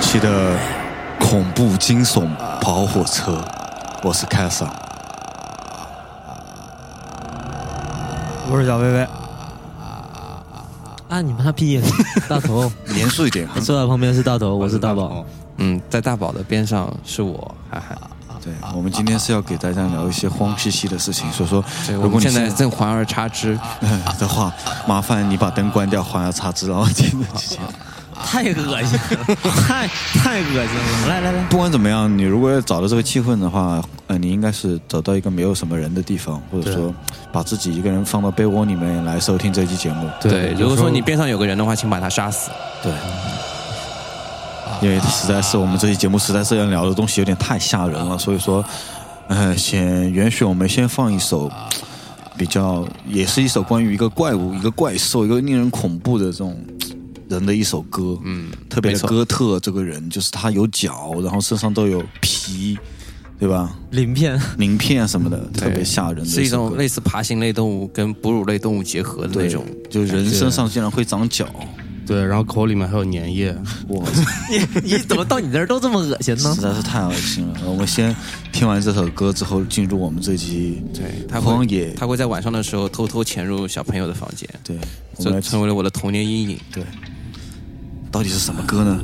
期的恐怖惊悚跑火车，我是凯撒。我是小薇薇，啊，你妈逼！ 大头严肃一点， 坐在旁边是大头，我是大宝。嗯，在大宝的边上是我，涵涵。对我们今天是要给大家聊一些荒兮兮的事情，所以说，对，如我们果你现在 是正环而插枝，的话，麻烦你把灯关掉，环而插哦枝，然后听得进去。 太恶心 了，太太恶心了！来来来，不管怎么样，你如果要找到这个气氛的话，呃，你应该是找到一个没有什么人的地方，或者说把自己一个人放到被窝里面来收听这期节目。对，如果说你别边上有个人的话，请把他杀死。对，因为实在是我们这期节目实在是要聊的东西有点太吓人了，所以说，呃，先允许我们先放一首比较，也是一首关于一个怪物、一个怪兽、一个令人恐怖的这种人的一首歌。嗯，特别没的错哥特这个人，就是他有脚，然后身上都有皮，对吧？鳞 片，鳞片啊什么的，特别吓人的是一首种歌类似爬行类动物跟哺乳类动物结合的那对种，就人身上竟然会长脚，对，然后口里面还有粘液， 我你你怎么到你这儿都这么恶心呢实？在是太恶心了。我们先听完这首歌之后，进入我们这期 对，它荒会野，它会在晚上的时候偷偷潜入小朋友的房间，对，我们这来成为了我的童年阴影。对，到底是什么歌呢？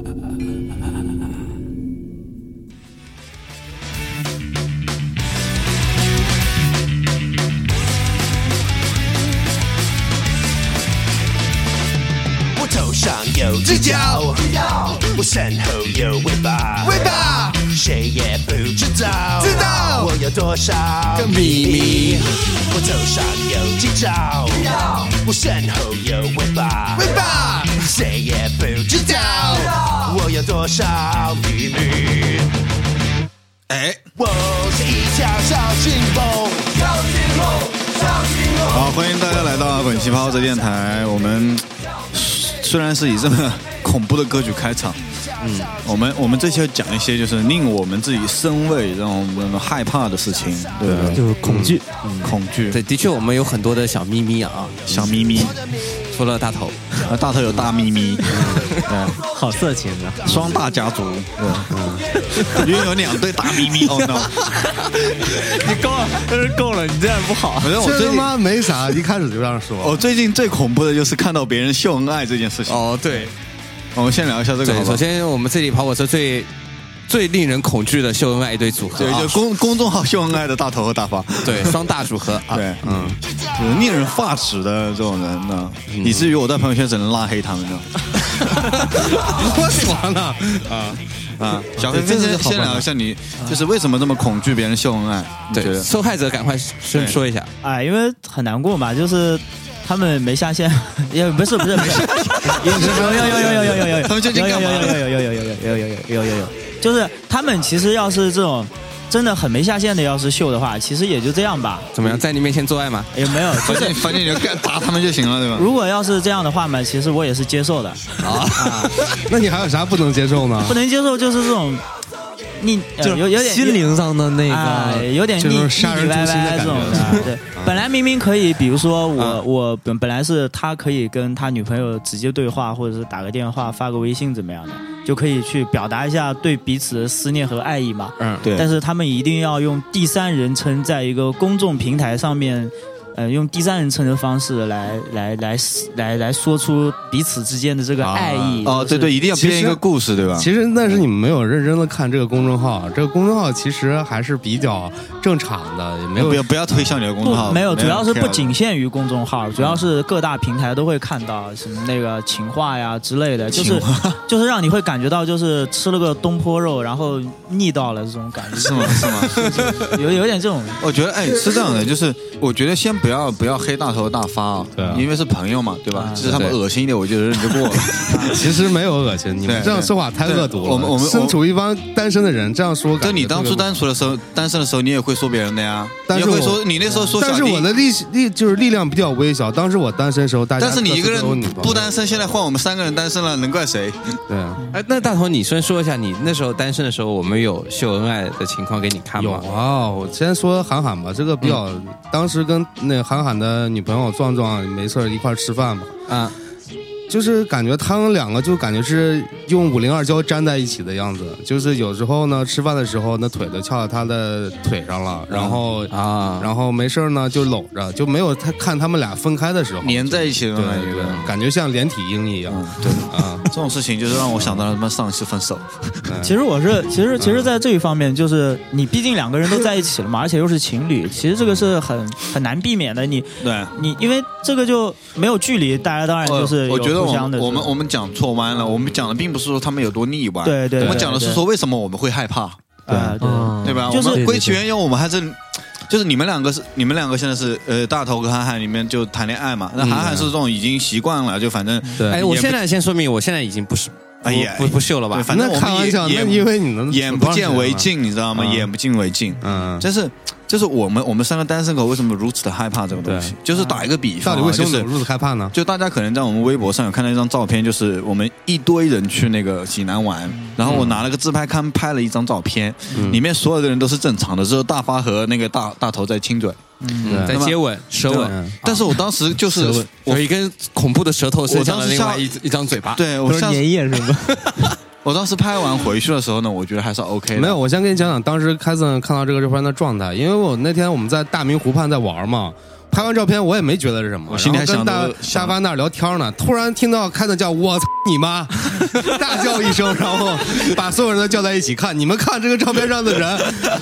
我头上有只角，我身后有尾巴，尾巴，谁也不知道，知道我有多少个秘密。我头上有几爪，我身后有尾巴，尾巴，谁也不知道，我有多少秘密。哎，我是一条小金龙，小金龙，小金龙。好，欢迎大家来到本期泡这电台。我们虽然是以这么恐怖的歌曲开场，嗯，我们我们这期要讲一些就是令我们自己身畏、让我们害怕的事情，对不对？就是恐惧，恐惧，嗯对，的确，我们有很多的小秘密啊， 小咪咪，除了大头，啊，大头有大咪咪，对。好色情啊！ 双大家族，嗯因为有两对大咪咪。 哦 no！你哎够了，真是够了，你这样不好。反正我这最他近，妈没啥，一开始就这样说。我最近最恐怖的就是看到别人秀恩爱这件事情。哦，对，我们先聊一下这个，好对，不好首先我们这里跑火车最最令人恐惧的秀恩爱一对组合对，啊就，公 公众号秀恩爱的大头和大发， 对，双大组合啊，对，嗯，就是令人发指的这种人呢，以至于我在朋友圈只能拉黑他们呢。我喜欢呢，啊， 小黑先这是先好先办法聊一下你，就是为什么这么恐惧别人秀恩爱？你觉 对，得受害者赶快先说一下，哎，因为很难过嘛，就是他们没下线，也不是不是没下线，有有有有有有有有有，有有有有有有有有有有有，就是他们其实要是这种真的很没下线的，要是秀的话，其实也就这样吧，怎么样，在你面前做爱吗？也没有，反正反正你就干打他们就行了，对吧？如果要是这样的话嘛，其实我也是接受的。那你还有啥不能接受呢？不能接受就是这种，你、呃就是有有点心灵上的那啊、个，有点这腻腻种腻杀人歪诛心的歪感这觉嗯种的。对，本来明明可以，比如说我、我本本来是他可以跟他女朋友直接对话，或者是打个电话、发个微信怎么样的，就可以去表达一下对彼此的思念和爱意嘛。嗯，对但是他们一定要用第三人称，在一个公众平台上面，呃，用第三人称的方式来来来来来说出彼此之间的这个啊爱意。哦，对对，一定要编一个故事，对吧？其实那是你们没有认真的看这个公众号，啊这个公众号其实还是比较正常的，也没有不要不要推向你的公众号，不没有，主要是不人 care 仅限于公众号，主要是各大平台都会看到什么那个情话呀之类的，就是就是让你会感觉到就是吃了个东坡肉，然后腻到了这种感是觉，吗？是吗？有有点这种 我觉得哎，是这样的，就是我觉得先不要不要黑大头大发啊对啊，因为是朋友嘛，对吧？啊只是他们对恶心一点，我就忍就 过了。其实没有恶心，你们对这样说法太恶毒了。对我们我们身处一帮单身的人这样说，就感觉你当初特别单纯的时候，单身的时候，你也会说别人的呀，但你也是会我嗯说你那时候说但小是我弟，的力力就是力量比较微小。当时我单身时候，大家但是你一个各自都有人女朋友不单身，现在换我们三个人单身了，能怪谁？对哎，那大头，你先说一下，你那时候单身的时候，我们有秀恩爱的情况给你看有吗？啊，我先说韩寒吧，这个比较，嗯当时跟那韩寒的女朋友壮壮没事儿一块儿吃饭嘛，啊，就是感觉他们两个就感觉是用五零二胶粘在一起的样子，就是有时候呢吃饭的时候那腿都翘到他的腿上了，然后、啊，然后没事儿呢就搂着，就没有他看他们俩分开的时候粘在一起的对感对觉。对，感觉像连体婴一样。嗯对啊，这种事情就是让我想到了他妈上一次分手，其实我是，嗯其实其实，在这一方面，就是你毕竟两个人都在一起了嘛，而且又是情侣，其实这个是很很难避免的。你对。你因为这个就没有距离，大家当然哎就是呃我觉得有互我相们的我们我们讲错弯了，我们讲的并不是说他们有多腻歪，对对我们对讲的是对说为什么我们会害怕，啊对嗯对吧？就是我们对对归其对原因，我们还是就是你们两个是你们两个现在是呃大头和韩寒里面就谈恋爱嘛，嗯那韩寒是这种已经习惯了，就反正对哎，我现在先说明，我现在已经不是，哎呀不不不秀了吧对？反正我们那开玩也笑，那也因为你能眼不见 为，净，你知道吗？嗯眼不见为净，嗯，但是就是我们我们三个单身狗为什么如此的害怕这个东西？就是打一个比方嗯到啊，底为什么就走是入此害怕呢？就大家可能在我们微博上有看到一张照片，就是我们一堆人去那个济南玩，嗯然后我拿了个自拍杆拍了一张照片，里面所有的人都是正常的，只有大发和那个大大头在亲啊嘴，嗯在那么接吻、舌吻，嗯但是我当时就是我有。一根恐怖的舌头伸我向当了时另外像一一张嘴巴。对我都是像爷爷是吧？我当时拍完回去的时候呢，我觉得还是 OK 的。没有，我先跟你讲讲当时凯森看到这个照片的状态，因为我那天我们在大明湖畔在玩嘛，拍完照片我也没觉得是什么，我心里还然后想着跟大想沙发那儿聊天呢，突然听到凯森叫我操你妈， 大叫一声，然后把所有人都叫在一起看，你们看这个照片上的人，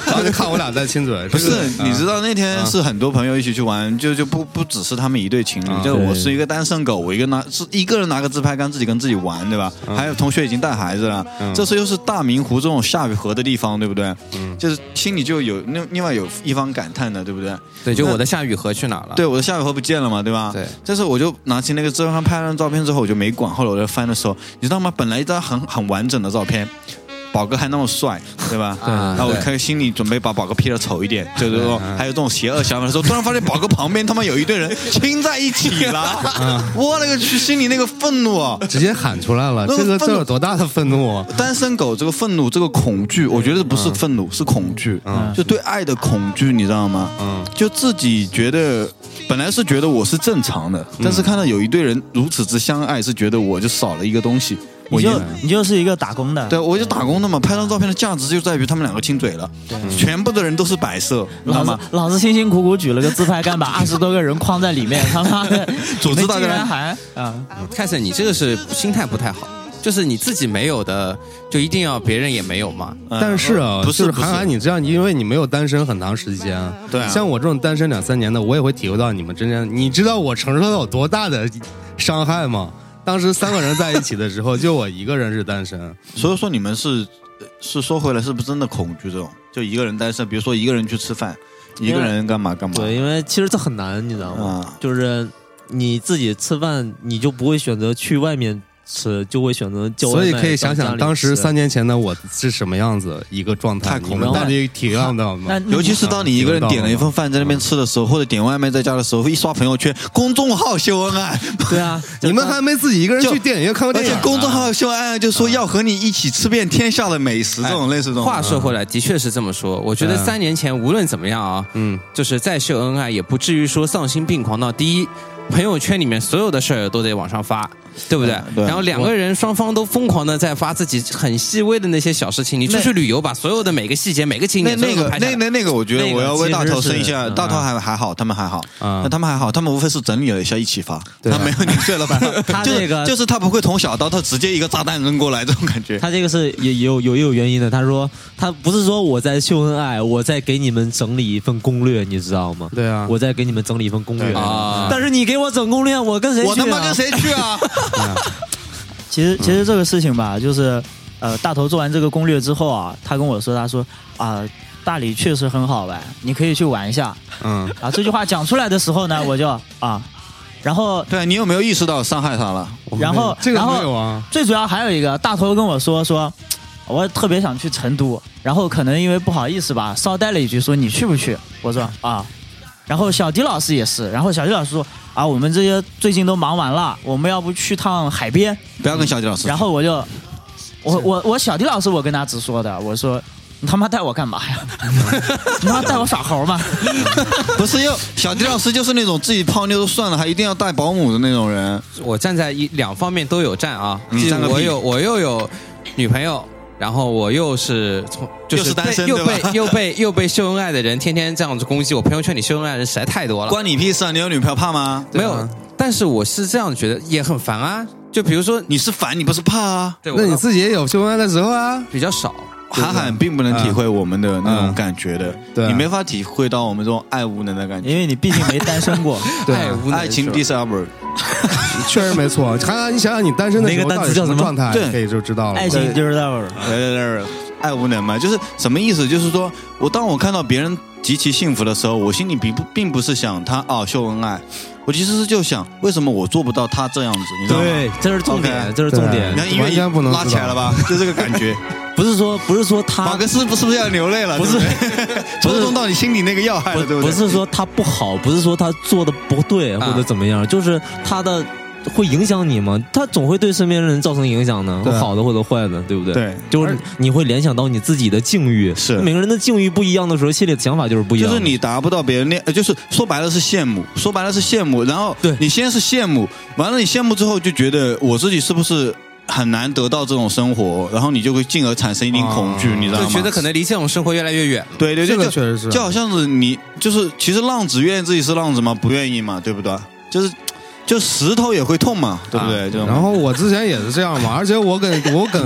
然后就看我俩在亲嘴，不是这个，你知。道那天啊是很多朋友一起去玩，就就不不只是他们一对情侣，就我是一个单身狗，我一个拿是一个人拿个自拍杆自己跟自己玩，对吧？还有同学已经带孩子了，这次又是大明湖这种下雨河的地方，对不对？就是心里就有另另外有一方感叹的，对不对？对，就我的夏雨荷去哪了？对，我的下雨河不见了嘛，对吧？对。但是我就拿起那个自拍杆拍了张照片之后，我就没管。后来我在翻的时候，你知道吗？本来一张很很完整的照片，宝哥还那么帅，对 吧？啊那我对嗯开始心里准备把宝哥 P 的丑一点，就是说还有这种邪恶想法的时候，突然发现宝哥旁边他妈有一堆人 亲在一起了，嗯我勒个去！心里那个愤怒啊！直接喊出来了，那个这个愤这怒有多大的愤怒啊！单身狗这个愤怒，这个恐嗯惧，我觉得不是愤怒，是恐惧，就对爱的恐惧，你知道吗？嗯，就自己觉得本来是觉得我是正常的，嗯但是看到有一堆人如此之相爱，是觉得我就少了一个东西。我你一就你就是一个打工的，对，我就打工的嘛，拍张照片的价值就在于他们两个亲嘴了，全部的人都是摆设，嗯你知道老子吗？老子辛辛苦苦举了个自拍杆，把二十多个人框在里面，他妈的， 组织你们大家嗯竟来然还啊，凯森，你这个是心态不太好，就是你自己没有的，就一定要别人也没有嘛。嗯但是啊，不是就是不是韩寒，你这样，因为你没有单身很长时间，对啊像我这种单身两三年的，我也会体会到你们之间，你知道我承受到有多大的伤害吗？当时三个人在一起的时候，就我一个人是单 身，所以说你们是是说回来，是不是真的恐惧这种？就一个人单身，比如说一个人去吃饭，一个人干嘛干嘛？啊对，因为其实这很难，你知道吗？啊就是你自己吃饭，你就不会选择去外面吃，就会选择叫外所卖以可以想到家想里当时吃三年前的我是什么样子一个状态，太恐你怖们了到底体谅到吗 那？那尤其是当你一个人点了一份饭在那边吃的时候，或者点外卖在家的时候，一刷朋友圈，公众号秀恩爱，对啊，你们还没自己一个人就去电影院 看过而电影啊且呢，公众号秀恩爱就说要和你一起吃遍天下的美食，这种类似这种。嗯话说回来，的确是这么说。我觉得嗯三年前无论怎么样啊，嗯，就是再秀恩爱，也不至于说丧心病狂到第一。朋友圈里面所有的事儿都得往上发，对不对？嗯对然后两个人双方都疯狂的在发自己很细微的那些小事情。你出去旅游，把所有的每个细节、每个景那点那所有个都拍下那来那那个，我觉得那个我要为大头伸一下，其实是嗯大头还还好，他们还好，嗯那他们还好，他们无非是整理了一下一起发，对啊他没有你睡了吧？ 他就是这个就是他不会捅小刀，他直接一个炸弹扔过来这种感觉。他这个是也也有有也有原因的。他说他不是说我在秀恩爱，我在给你们整理一份攻略，你知道吗？对啊我在给你们整理一份攻略对啊但是你给我整攻略，我跟谁去、啊？我他妈跟？谁去 啊？其嗯实其实这个事情吧，就是呃，大头做完这个攻略之后啊，他跟我说，他说啊、大理确实很好玩，你可以去玩一下嗯，啊。这句话讲出来的时候呢，我就啊，然后对啊你有没有意识到伤害他了？然后这个然后没有啊，最主要还有一个大头跟我说说，我特别想去成都，然后可能因为不好意思吧，捎带了一句说你去不去？我说啊，然后小迪老师也是，然后小迪老师说啊，我们这些最近都忙完了，我们要不去趟海边？不要跟小迪老师。然后我就，我我我小迪老师我跟他直说的，我说你他妈带我干嘛呀？ 你他妈带我耍猴吗？ 不是要小迪老师就是那种自己泡妞都算了，还一定要带保姆的那种人。我站在一两方面都有站啊，你既站个屁我有我又有女朋友，然后我又是从就又是被单身又对吧被又被又被秀恩爱的人天天这样子攻击我，朋友圈里秀恩爱的人实在太多了。关啊你屁事啊！你有女朋友怕吗？没有，但是我是这样觉得，也很烦啊。就比如说，你是烦，你不是怕啊？对那我你自己也有秀恩爱的时候啊。比较少，韩寒并不能体会我们的那种感觉的，对你没法体会到我们这种爱无能的感觉。因为你毕竟没单身啊过。爱无能啊爱情是吧 discover，确实没错。韩寒，你想想你单身的时那候个单到词底叫什么么状态，对哎可以就知道了。 爱情就是那会儿，来来来来呃爱无能嘛，就是什么意思？就是说我当我看到别人极其幸福的时候，我心里并不并不是想他啊秀恩爱，我其实是就想为什么我做不到他这样子，你知道吗？对，这是重点 OK 这是重点你。看音乐完全不能拉起来了吧？就这个感觉。不是说不是说马他克思不是不是要流泪了？啊不是对不对戳中到你心里那个要害不了，对不对？是说他不好，不是说他做的不对啊或者怎么样，就是他的会影响你吗？他总会对身边人造成影响的，对好的或者坏的，对不对？啊对就是你会联想到你自己的境遇，是每个人的境遇不一样的时候，心里的想法就是不一样就的。是你达不到别人那，呃就是说白了是羡慕，说白了是羡慕，然后对你先是羡慕，完了你羡慕之后就觉得我自己是不是很难得到这种生活，然后你就会进而产生一定恐啊惧，你知道就吗？觉得可能离这种生活越来越远了。对对对，这个就确实是就好像是你就是其实浪子愿意自己是浪子吗？不愿意嘛，对不对？就是就石头也会痛嘛，对不啊对？这种然后我之前也是 这样嘛，而且我跟我跟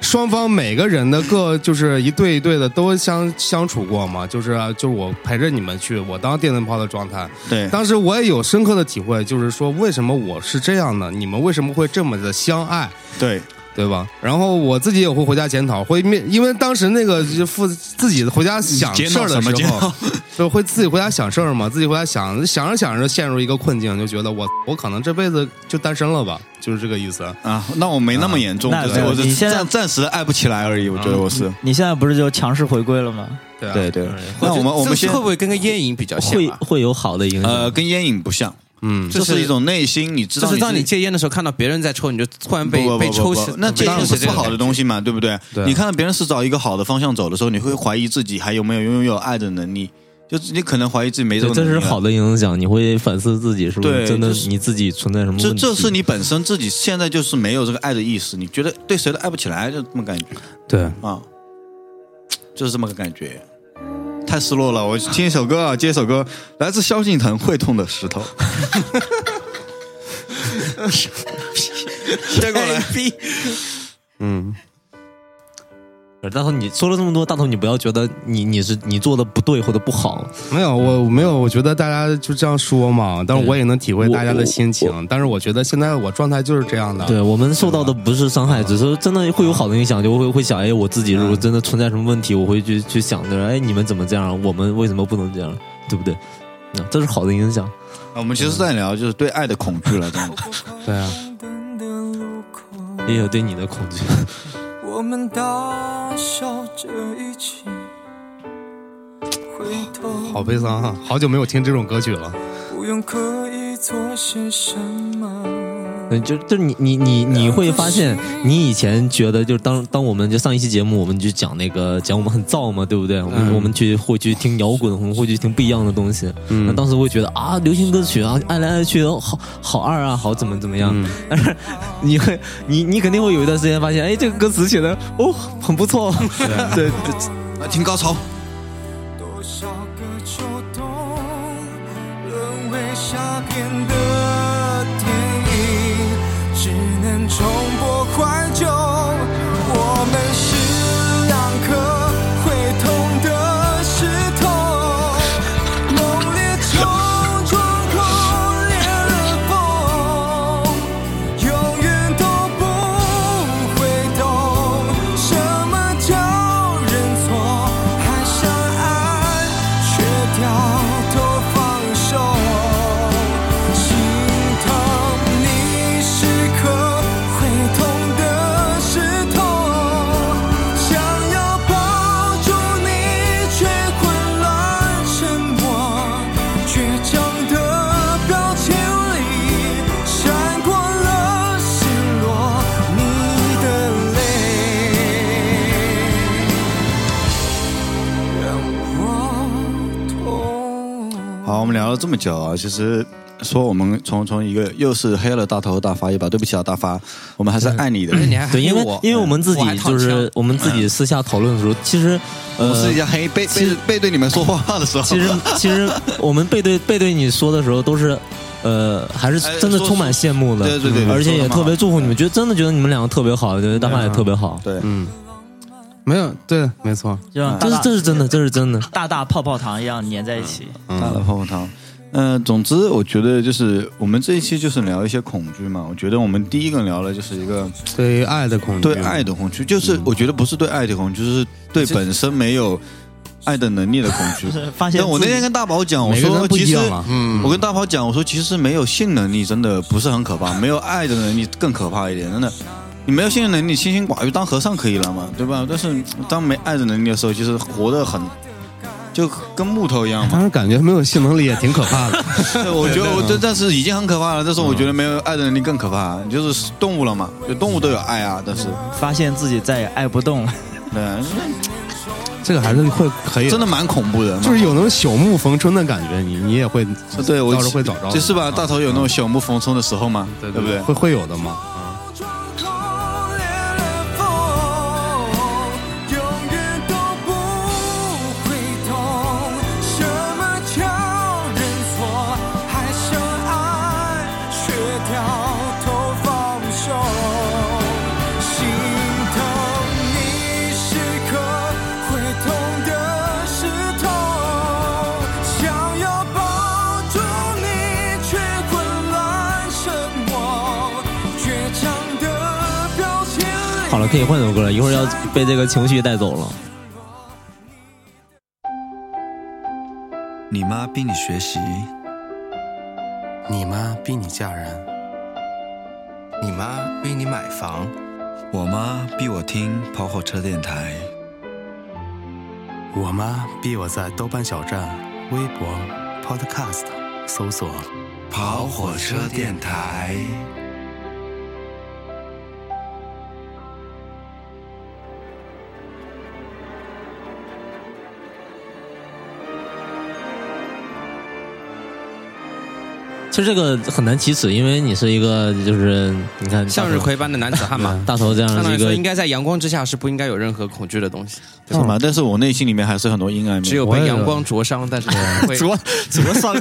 双方每个人的各就是一对一对的都相相处过嘛，就是啊就是我陪着你们去，我当电灯泡的状态，对当时我也有深刻的体会，就是说为什么我是这样的，你们为什么会这么的相爱？对，对吧？然后我自己也会回家检讨，会面，因为当时那个就负自己回家想检事讨儿的什么时检候讨，就会自己回家想事儿嘛，自己回家想想着想着陷入一个困境，就觉得我我可能这辈子就单身了吧，就是这个意思。啊，那我没那么严重，那就是我对是你现在暂暂时爱不起来而已，我觉啊得我是。你现在不是就强势回归了吗？对啊对对，那我们我这们先会不会跟个烟瘾比较像会啊？会有好的影响。呃，跟烟瘾不像，嗯，这就是是一种内心，你知就道是当自你己戒烟的时候，看到别人在抽，你就突然不被不不被不抽不起。那戒被抽烟起是这不个啊好的东西嘛，对不对？对你看到别人是找一个好的方向走的时候，你会怀疑自己还有没有拥有爱的能力，就是你可能怀疑自己没这对个这能力是了。好的影响，你会反思自己是不啊对是真的就是你自己存在什么这问题。这是你本身自己现在就是没有这个爱的意识，你觉得对谁都爱不起来，就这么感觉对，啊，就是这么个感觉，太失落了。我听一首歌啊，接一首歌，来自萧敬腾《会痛的石 头》。接过来，嗯，大头，你说了这么多，大头你不要觉得你你是你做的不对或者不好，没有，我没有，我觉得大家就这样说嘛，但是我也能体会大家的心我情，但是我觉得现在我状态就是这样的。对我们受到的不是伤害，只是真的会有好的影响，就会会想，哎，我自己如果真的存在什么问题，我会去去想着，哎，你们怎么这样，我们为什么不能这样，对不对？那这是好的影响，啊我们其实在聊就是对爱的恐惧了，这样。 对啊，也有对你的恐惧。我们大笑着一起回头，好悲伤啊，好久没有听这种歌曲了。不用刻意做些什么。嗯，就就你你你你会发现，你以前觉得就是当当我们就上一期节目，我们就讲那个讲我们很燥嘛，对不对？我嗯们、我们去会去听摇滚，我们会去听不一样的东西。嗯那当时会觉得啊，流行歌曲啊，爱来爱去，好好二啊，好怎么怎么样。嗯但是你会你你肯定会有一段时间发现，哎，这个歌词写的哦很不 错，啊对对来听高潮，多少个秋冬，沦为夏天的电影，只能重播怀旧。我们是两颗会痛的石头，猛烈冲撞后裂了缝，永远都不会懂什么叫认错，还是。们聊了这么久啊，其实说我们从从一个又是黑了大头大发一把，对不起啊大发，我们还是爱你的。你还对，因为哎我因为我们自我还啊嗯己躺就是枪我们自己私下讨论的时候，其实我呃是一，下黑背背背对你们说话的时候，其实其实我们背对背对你说的时候都是。呃，还是真的充满羡慕的，哎说对对对而且说也得蛮特好别祝福你们，觉得真的觉得你们两个特别好，觉得大发也特别好，对，嗯，没有，对，没错，就这像大是大这是真的，这是真的，大大泡泡糖一样粘在一起。大的泡泡糖。嗯、总之我觉得就是我们这一期就是聊一些恐惧嘛。我觉得我们第一个聊的就是一个对于爱的恐惧，对嗯爱的恐惧，就是我觉得不是对爱的恐惧，就是对本身没有爱的能力的恐 惧。嗯发现但我那自己天跟大宝讲，我每个人说不其一实样了。嗯，我跟大宝讲，我说其实没有性能力真的不是很可怕，没有爱的能力更可怕一点，真的。你没有性能力，清心寡欲当和尚可以了嘛，对吧？但是当没爱的能力的时候，其实活得很就跟木头一样嘛。 当时感觉没有性能力也挺可怕的，对我觉得我这但是已经很可怕了，但是我觉得没有爱的能力更可怕，你就是动物了嘛，就动物都有爱啊，但是发现自己再也爱不动了，对， 啊这个还是会可以，真的蛮恐怖的嘛。就是有那种朽木逢春的感觉，你你也会，对我到时候会找着的，嗯就是吧？大头有那种朽木逢春的时候嘛，对对不对？会会有的嘛，装口裂了缝，永远都不会懂什么叫认错，还相爱，却掉头放手，心疼你是颗会痛的石头，想要抱住你却换来什么？倔强的表情。好了，可以换首歌了，一会儿要被这个情绪带走了。你妈逼你学习，你妈逼你嫁人，你妈逼你买房，我妈啊逼我听跑火车电台，我妈逼我在豆瓣小站、微博、Podcast 搜索跑火车电台。其实这个很难启齿，因为你是一个就是你看向日葵般的男子 汉嘛。大头这样按的理一说，个应该在阳光之下是不应该有任何恐惧的东西，是嘛？但是我内心里面还是很多阴暗面。只有被阳光灼伤，但是不 会灼 伤，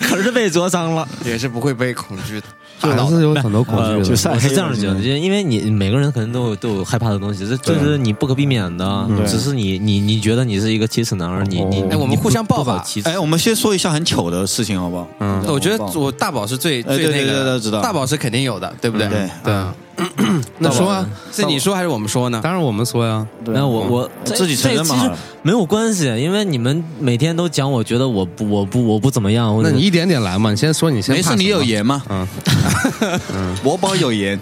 可是被灼伤了。也是不会被恐 惧的。这还是有很多恐惧呃，的，我是这样 觉了得，就因为你每个人可能都有都有害怕的东西，这这啊是你不可避免的。只是你你你觉得你是一个启齿男儿，你哦你哎我们你不互相抱吧不好启齿哎，我们先说一下很糗的事情，好不好？嗯我觉得我大宝是最哎最对那对对个对知道的，大宝是肯定有的，对不对？嗯对 嗯对，那说啊，是你说还是我们说呢？当然我们说呀，那我我这自己承认这嘛其好实了没有关系，因为你们每天都讲，我觉得我不我不我不怎么样，或者那你一点点来嘛，你先说你先没怕事，什么，你有盐吗？嗯， 我保有盐，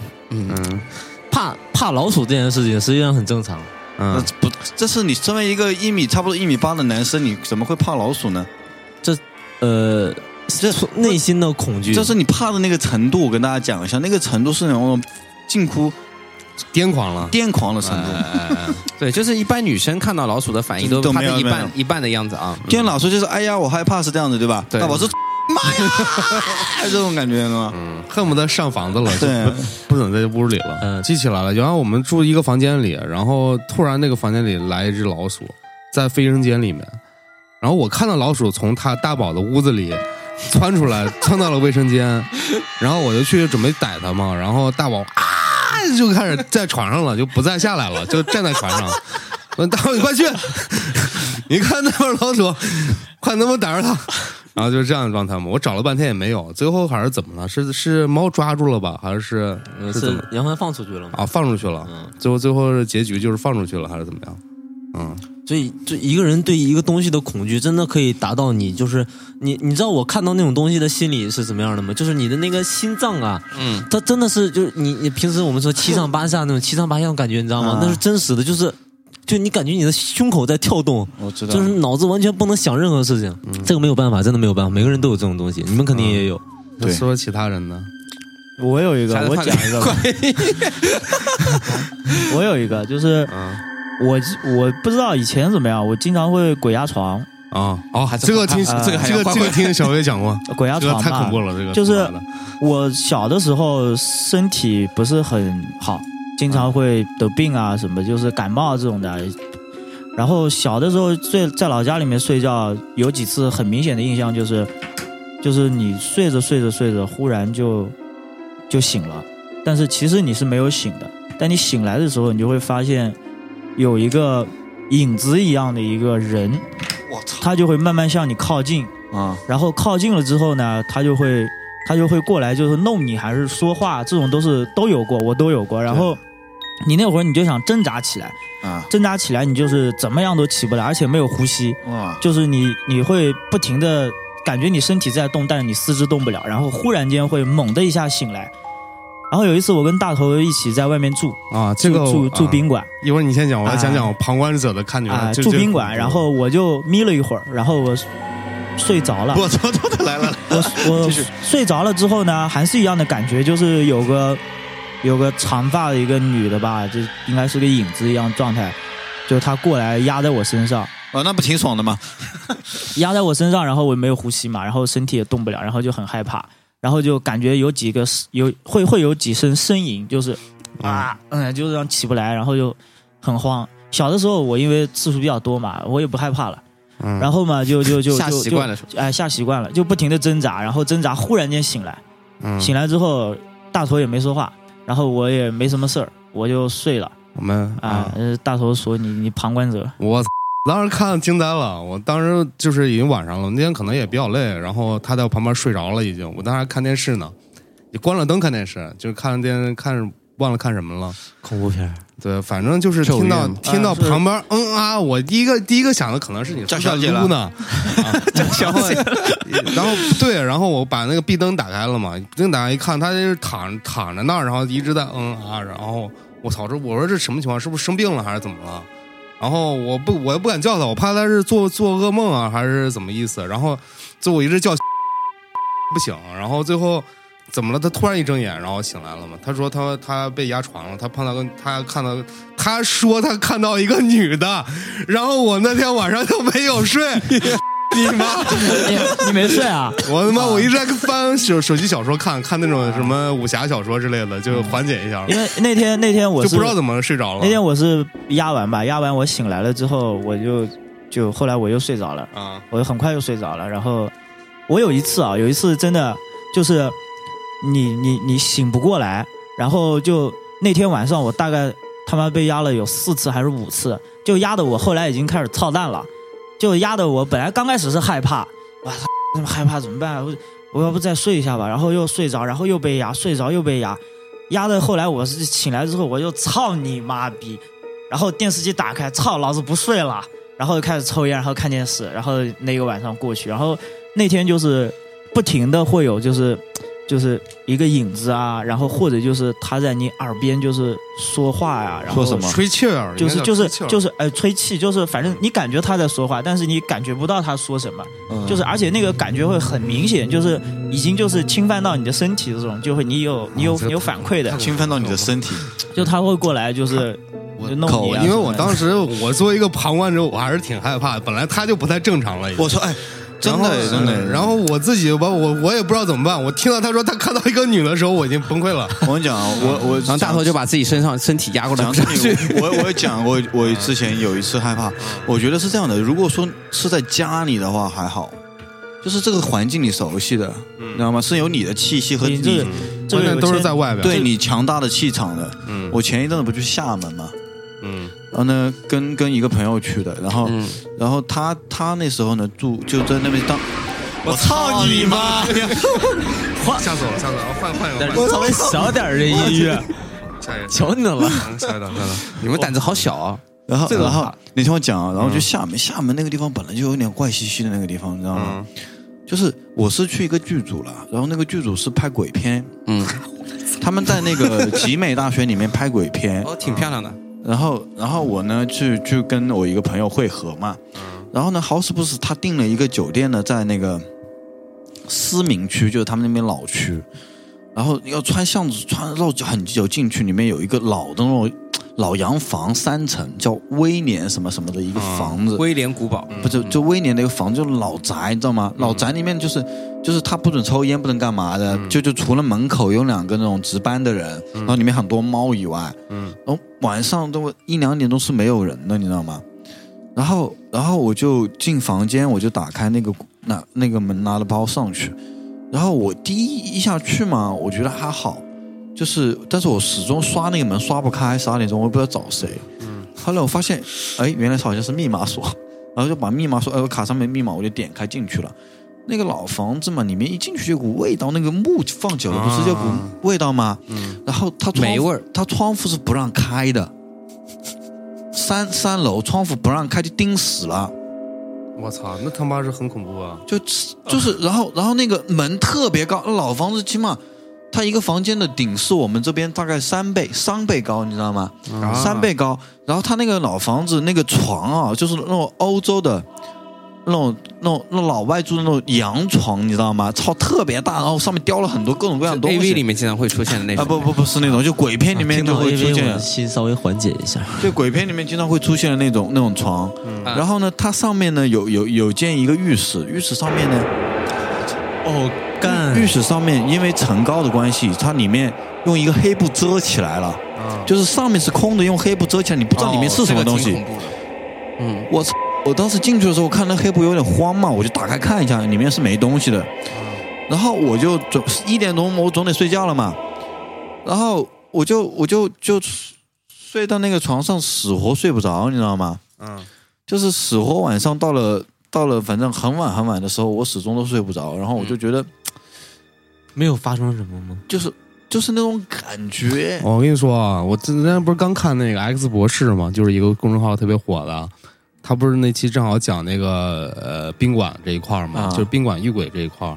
怕怕老鼠这件事情实际上很正常。那嗯，不，这是你身为一个一米差不多一米八的男生，你怎么会怕老鼠呢？呃，这内心的恐惧，这是你怕的那个程度，我跟大家讲一下，那个程度是那种近乎癫狂了，癫狂的程度。对，就是一般女生看到老鼠的反应都都她没有的一没有半一半的样子啊。今天老师就是哎呀，我害怕是这样子，对吧？对大宝是妈呀， 这种感觉吗？恨不得上房子了，对就不不准在这屋里了。嗯记起来了，原来我们住一个房间里，然后突然那个房间里来一只老鼠，在卫生间里面，然后我看到老鼠从他大宝的屋子里窜出来，窜到了卫生间， 然后我就去准备逮它嘛，然后大宝啊就开始在床上了，就不再下来了，就站在床上。我说大宝，你快去！你看那边老鼠，快能不能逮着它？然后就这样帮他们，我找了半天也没有，最后还是怎么了？是是猫抓住了吧？还是呃是怎是么杨帆放出去了嘛？啊放出去了？嗯最后最后的结局就是放出去了，还是怎么样？嗯，所以，就一个人对一个东西的恐惧，真的可以达到你就是你，你知道我看到那种东西的心理是怎么样的吗？就是你的那个心脏啊，嗯，它真的是就是你你平时我们说七上八下那种七上八下的感觉，你知道吗？啊那是真实的，就是就你感觉你的胸口在跳动，我知道就。是嗯脑子完全不能想任何事情，这个没有办法，真的没有办法，每个人都有这种东西，你们肯定也有。那说其他人呢？ 我有一个下，次我换讲一个吧。 我有一个，就是嗯我我不知道以前怎么样，我经常会鬼压床，啊！哦还，是这个怕听啊这 个还这要个乖这乖个听小月讲过，呃鬼压这个床太恐吧怖。了，这个就是太恐怖了我小的时候身体不是很好，经常会得病啊什么，就是感冒这种的。然后小的时候睡在老家里面睡觉，有几次很明显的印象就是，就是你睡着睡着睡着，忽然就就醒了，但是其实你是没有醒的。但你醒来的时候，你就会发现有一个影子一样的一个人，我操他就会慢慢向你靠近。啊！然后靠近了之后呢，他就会他就会过来，就是弄你还是说话，这种都是都有过，我都有过。然后你那会儿你就想挣扎起来，啊挣扎起来你就是怎么样都起不来，而且没有呼吸，哇！就是你你会不停的感觉你身体在动，但是你四肢动不了，然后忽然间会猛的一下醒来。然后有一次我跟大头一起在外面住，啊！这个住我住住啊宾馆，一会儿你先讲，我来讲讲啊我旁观者的看觉。啊，就住就宾馆，然后我就眯了一会儿，然后我睡着了。 我操，他来 了！我我睡着了之后呢，还是一样的感觉，就是有个有个长发的一个女的吧，就应该是个影子一样状态，就她过来压在我身上，啊，那不挺爽的吗？压在我身上，然后我没有呼吸嘛，然后身体也动不了，然后就很害怕，然后就感觉有几个有会会有几声呻吟，就是啊，嗯，就这样起不来，然后就很慌。小的时候我因为次数比较多嘛，我也不害怕了，嗯然后嘛就就就下就习就惯了是吧？哎，下习惯了，就不停的挣扎，然后挣扎，忽然间醒来，嗯醒来之后大头也没说话，然后我也没什么事儿，我就睡了我们啊啊。，呃大头说你你旁观 者，我操当时看惊呆了，我当时就是已经晚上了，那天可能也比较累，然后他在我旁边睡着了，已经。我当时还看电视呢，也关了灯看电视，就是看电看忘了看什么了。恐怖片儿，对，反正就是咒听到怨听到啊是旁边嗯啊，我第一个第一个想的可能是你叫在小姐了 撸呢，啊然后 然后对，然后我把那个壁灯打开了嘛，壁灯打开一看，他就是躺躺着那儿，然后一直在嗯啊，然后我操，这我说这什么情况？是不是生病了还是怎么了？然后我不我又不敢叫他，我怕他是做做噩梦啊还是怎么意思？然后最后我一直叫 不醒，然后最后。怎么了？他突然一睁眼，然后醒来了嘛。他说他他被压床了，他碰到个他看到他说他看到一个女的，然后我那天晚上就没 有睡，你妈！哎呀你没睡啊？我他妈我一直在翻手手机小说看看那种什么武侠小说之类的，就缓解一下，因为那天那天我就是不知道怎么睡着了。那天我是压完吧，压完我醒来了之后，我就就后来我又睡着了，啊，我就很快就睡着了。然后我有一次啊，有一次真的就是你你你醒不过来，然后就那天晚上我大概他妈被压了有四次还是五次，就压的我后来已经开始操蛋了，就压的我本来刚开始是害怕，哇操，那么害怕怎么办？啊我我要不再睡一下吧，然后又睡着，然后又被压，睡着又被压，压的后来我是醒来之后我就操你妈逼，然后电视机打开，操，老子不睡了。然后就开始抽烟，然后看电视，然后那个晚上过去，然后那天就是不停的会有就是就是一个影子啊，然后或者就是他在你耳边就是说话呀、然后说什么吹气儿，啊嗯就是就是就是是呃吹气，就是反正你感觉他在说话，但是你感觉不到他说什么，嗯就是而且那个感觉会很明显，就是已经就是侵犯到你的身体这种，就会你有你有哦这个你有反馈的，侵犯到你的身体，就他会过来就是就弄靠你啊什么的，因为我当时我作为一个旁观者，我还是挺害怕。本来他就不太正常了，已经。我操！哎，真然后嗯的真的。然后我自己吧，我我也不知道怎么办。我听到他说他看到一个女的时候，我已经崩溃了。我跟你讲啊，我我然后大头就把自己身上身体压过来讲， 给你，我我也讲过， 我之前有一次害怕，我觉得是这样的，如果说是在家里的话还好，就是这个环境你熟悉的，你知道吗？是有你的气息和你这个嗯你 这个关键有都是些在外边。对，你强大的气场的。嗯我前一阵子不去厦门嘛，嗯然后呢，跟跟一个朋友去的，然后嗯，然后他他那时候呢住就在那边当，我操你妈！吓死我了，吓死我了！换换一个，换一个，稍微小点儿这音乐，下一个，求你了。嗯下一档，下一档。你们胆子好小啊！然后这个嗯然后怕你听我讲啊，然后就厦门，厦门那个地方本来就有点怪兮兮的那个地方，你知道嗯吗？就是我是去一个剧组了，然后那个剧组是拍鬼片，嗯，他们在那个集美大学里面拍鬼片，哦，挺漂亮的，然后然后我呢去去跟我一个朋友会合嘛，然后呢好死不死他订了一个酒店呢，在那个思明区，就是他们那边老区，然后要穿巷子穿绕很久进去，里面有一个老的那种老洋房三层，叫威廉什么什么的一个房子，威廉古堡，不是就威廉的一个房子，就是老宅，你知道吗？老宅里面就是就是他不准抽烟，不准干嘛的，就就除了门口有两个那种值班的人，然后里面很多猫以外，嗯，然后晚上都一两点钟是没有人的，你知道吗？然后然后我就进房间，我就打开那个那那个门，拿了包上去，然后我第一一下去嘛，我觉得还好。就是，但是我始终刷那个门刷不开，十二点钟我也不知道找谁。后来我发现，哎，原来好像是密码锁， 然后就把密码锁，呃，卡上面密码，我就点开进去了。那个老房子嘛，里面一进去就有股味道，那个木放久了不是就有股啊味道吗？嗯然后它窗霉味儿，它窗户是不让开的，三三楼窗户不让开就钉死了，我操，那他妈是很恐怖啊！就就是，然后然后那个门特别高，老房子起码它一个房间的顶是我们这边大概三倍三倍高，你知道吗？三倍高。然后他那个老房子那个床啊，就是那种欧洲的那种、那种、那种老外住的那种洋床，你知道吗？超特别大，然后上面雕了很多各种各样的东 A 西。 V 里面经常会出现的那啊，种。不不不是那种，就鬼片里面听就到会 A 出 V 我现的心稍微缓解一下。 对，鬼片里面经常会出现的那种那种床，然后呢，它上面呢有有有建一个浴室，浴室上面呢，哦，干浴室上面因为层高的关系，它里面用一个黑布遮起来了，就是上面是空的，用黑布遮起来，你不知道里面是什么东西。哦这个挺恐怖的嗯我操！我当时进去的时候，我看那黑布有点慌嘛，我就打开看一下，里面是没东西的。然后我就准一点钟，我总得睡觉了嘛。然后我就我就就睡到那个床上，死活睡不着，你知道吗？嗯，就是死活晚上到了到了，反正很晚很晚的时候，我始终都睡不着。然后我嗯就觉得，没有发生什么吗？就是就是那种感 觉，我跟你说啊，我之前不是刚看那个 X 博士嘛，就是一个公众号特别火的，他不是那期正好讲那个呃宾馆这一块儿嘛，啊就是宾馆遇鬼这一块儿，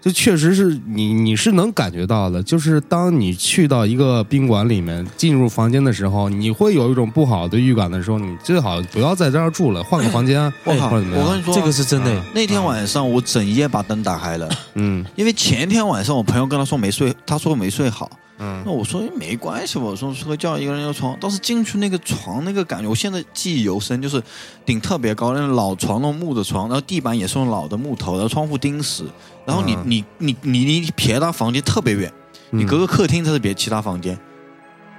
就确实是你你是能感觉到的，就是当你去到一个宾馆里面进入房间的时候，你会有一种不好的预感的时候，你最好不要在这儿住了，换个房间，哎我靠！或者怎么我跟样，你说，这个是真的，那天晚上我整夜把灯打开了。嗯因为前天晚上我朋友跟他说没睡，他说没睡好，嗯那我说哎没关系吧，我说睡个觉，一个人的床。当时进去那个床那个感觉，我现在记忆犹深，就是顶特别高，那种老床那种木的床，然后地板也是用老的木头，然后窗户钉死，然后你、嗯你你你离别他房间特别远，你隔个客厅才是别其他房间，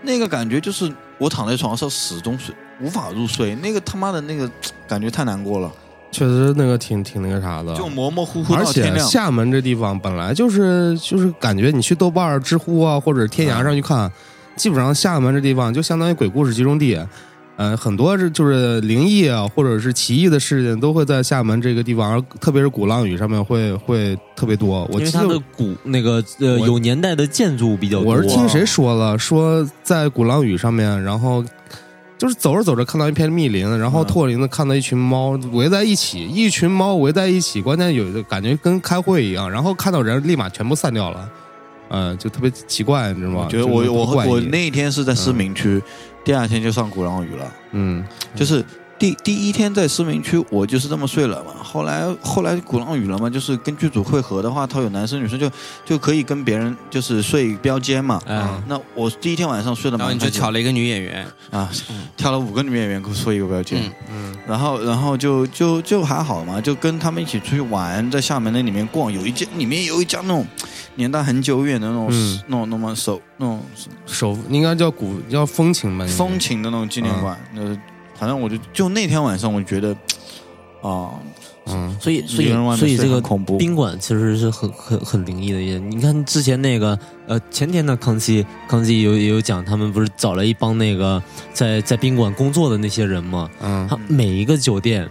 那个感觉就是我躺在床上始终睡无法入睡，那个他妈的那个感觉太难过了，确实那个挺挺那个啥的，就模模糊糊而到天且亮。厦门这地方本来就是就是感觉你去豆瓣儿、知乎啊，或者天涯上去看，基本上厦门这地方就相当于鬼故事集中地。呃，很多是就是灵异啊，或者是奇异的事件都会在厦门这个地方，而特别是鼓浪屿上面会会特别多。我因为记它的得古那个呃我有年代的建筑比较多。啊我是听谁说了，说在鼓浪屿上面，然后就是走着走着看到一片密林，然后透过林子看到一群猫围在一起，一群猫围在一起，关键有一个感觉跟开会一样，然后看到人立马全部散掉了，嗯，就特别奇怪，你知道吗？觉得就是我特我别怪异我那一天是在思明区，第二天就上鼓浪屿了。嗯就是第第一天在思明区，我就是这么睡了嘛。后来后来鼓浪屿了嘛，就是跟剧组会合的话，他有男生女生就就可以跟别人就是睡标间嘛。哎，那我第一天晚上睡得然后蛮你就开心的巧了一个女演员，啊，挑了五个女演员给我说一个标签，嗯然后然后就就就还好嘛，就跟他们一起出去玩，在厦门那里面逛，有一家里面有一家那种年代很久远的那种、嗯那种那么手那种手应该叫古叫风情吧，应该风情的那种纪念馆，嗯那、反正我就就那天晚上我觉得啊、嗯所以所以一个人外面所以这睡个很恐怖宾馆其实是很很很灵异的一件。你看之前那个呃前天的康熙，康熙有也有讲，他们不是找了一帮那个在在宾馆工作的那些人嘛，嗯他每一个酒店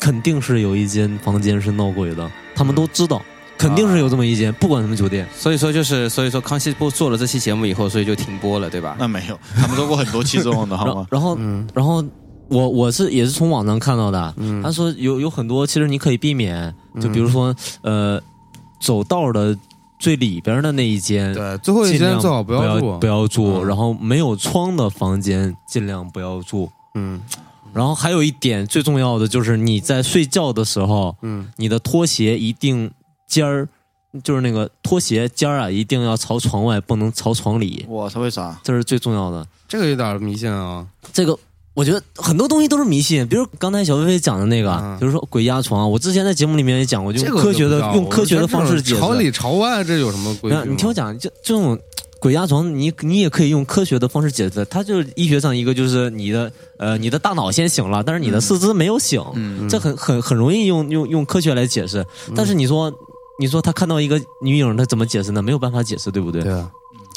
肯定是有一间房间是闹鬼的，他们都知道，肯定是有这么一间，不管什么酒店。所以说就是所以说康熙播做了这期节目以后，所以就停播了，对吧？那没有，他们做过很多期这种的好啊然后吗？ 然后然后嗯我我是也是从网上看到的，嗯他说有有很多其实你可以避免，就比如说呃走道的最里边的那一间。对最后一尽间量最好不要不要住，嗯然后没有窗的房间尽量不要住。嗯然后还有一点最重要的就是你在睡觉的时候，嗯你的拖鞋一定尖儿就是那个拖鞋尖儿啊，一定要朝床外，不能朝床里，我操，为啥？这是最重要的。这个有点迷信啊。这个我觉得很多东西都是迷信，比如刚才小飞飞讲的那个，啊嗯比如说鬼压床，我之前在节目里面也讲过，就这用个我科学的就不知道用科学的方式我觉解得这种朝释。里朝外，这有什么规你矩吗？看，你听我讲，这这种鬼压床，你你也可以用科学的方式解释，它就是医学上一个就是你的呃你的大脑先醒了，但是你的四肢没有醒，嗯，这很很很容易用用用科学来解释。嗯但是你说。你说他看到一个女影，他怎么解释呢？没有办法解释，对不对？对啊，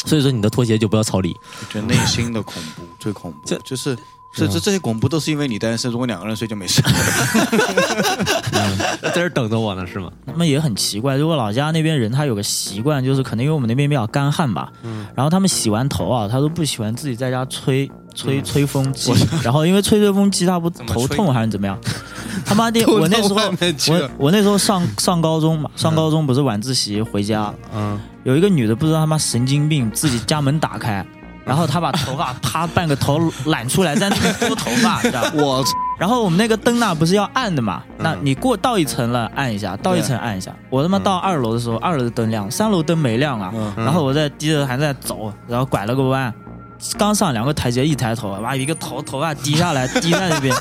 所以说你的拖鞋就不要朝里。我觉得内心的恐怖最恐怖这，啊就是这这这些恐怖都是因为你单身，如果两个人睡就没事。 在这儿等着我呢，是吗？他们也很奇怪。如果老家那边人他有个习惯，就是可能因为我们那边比较干旱吧，然后他们洗完头啊，他都不喜欢自己在家吹吹吹风机， 然后因为吹吹风机他不么头吹痛还是怎么样？ 他妈的，都我那到时候外面去我了我那时候上上高中嘛，上高中不是晚自习回家，嗯，有一个女的不知道他妈神经病，自己家门打开。然后她把头发啪半个头揽出来，在那边梳头发，你知道吧？我然后我们那个灯呐不是要暗的嘛？那你过到一层了按一下，到一层按一下。我他妈到二楼的时候，二楼的灯亮，三楼灯没亮啊。然后我在低着还在走，然后拐了个弯，刚上两个台阶，一抬头，哇，一个头头发滴下来，滴在那边。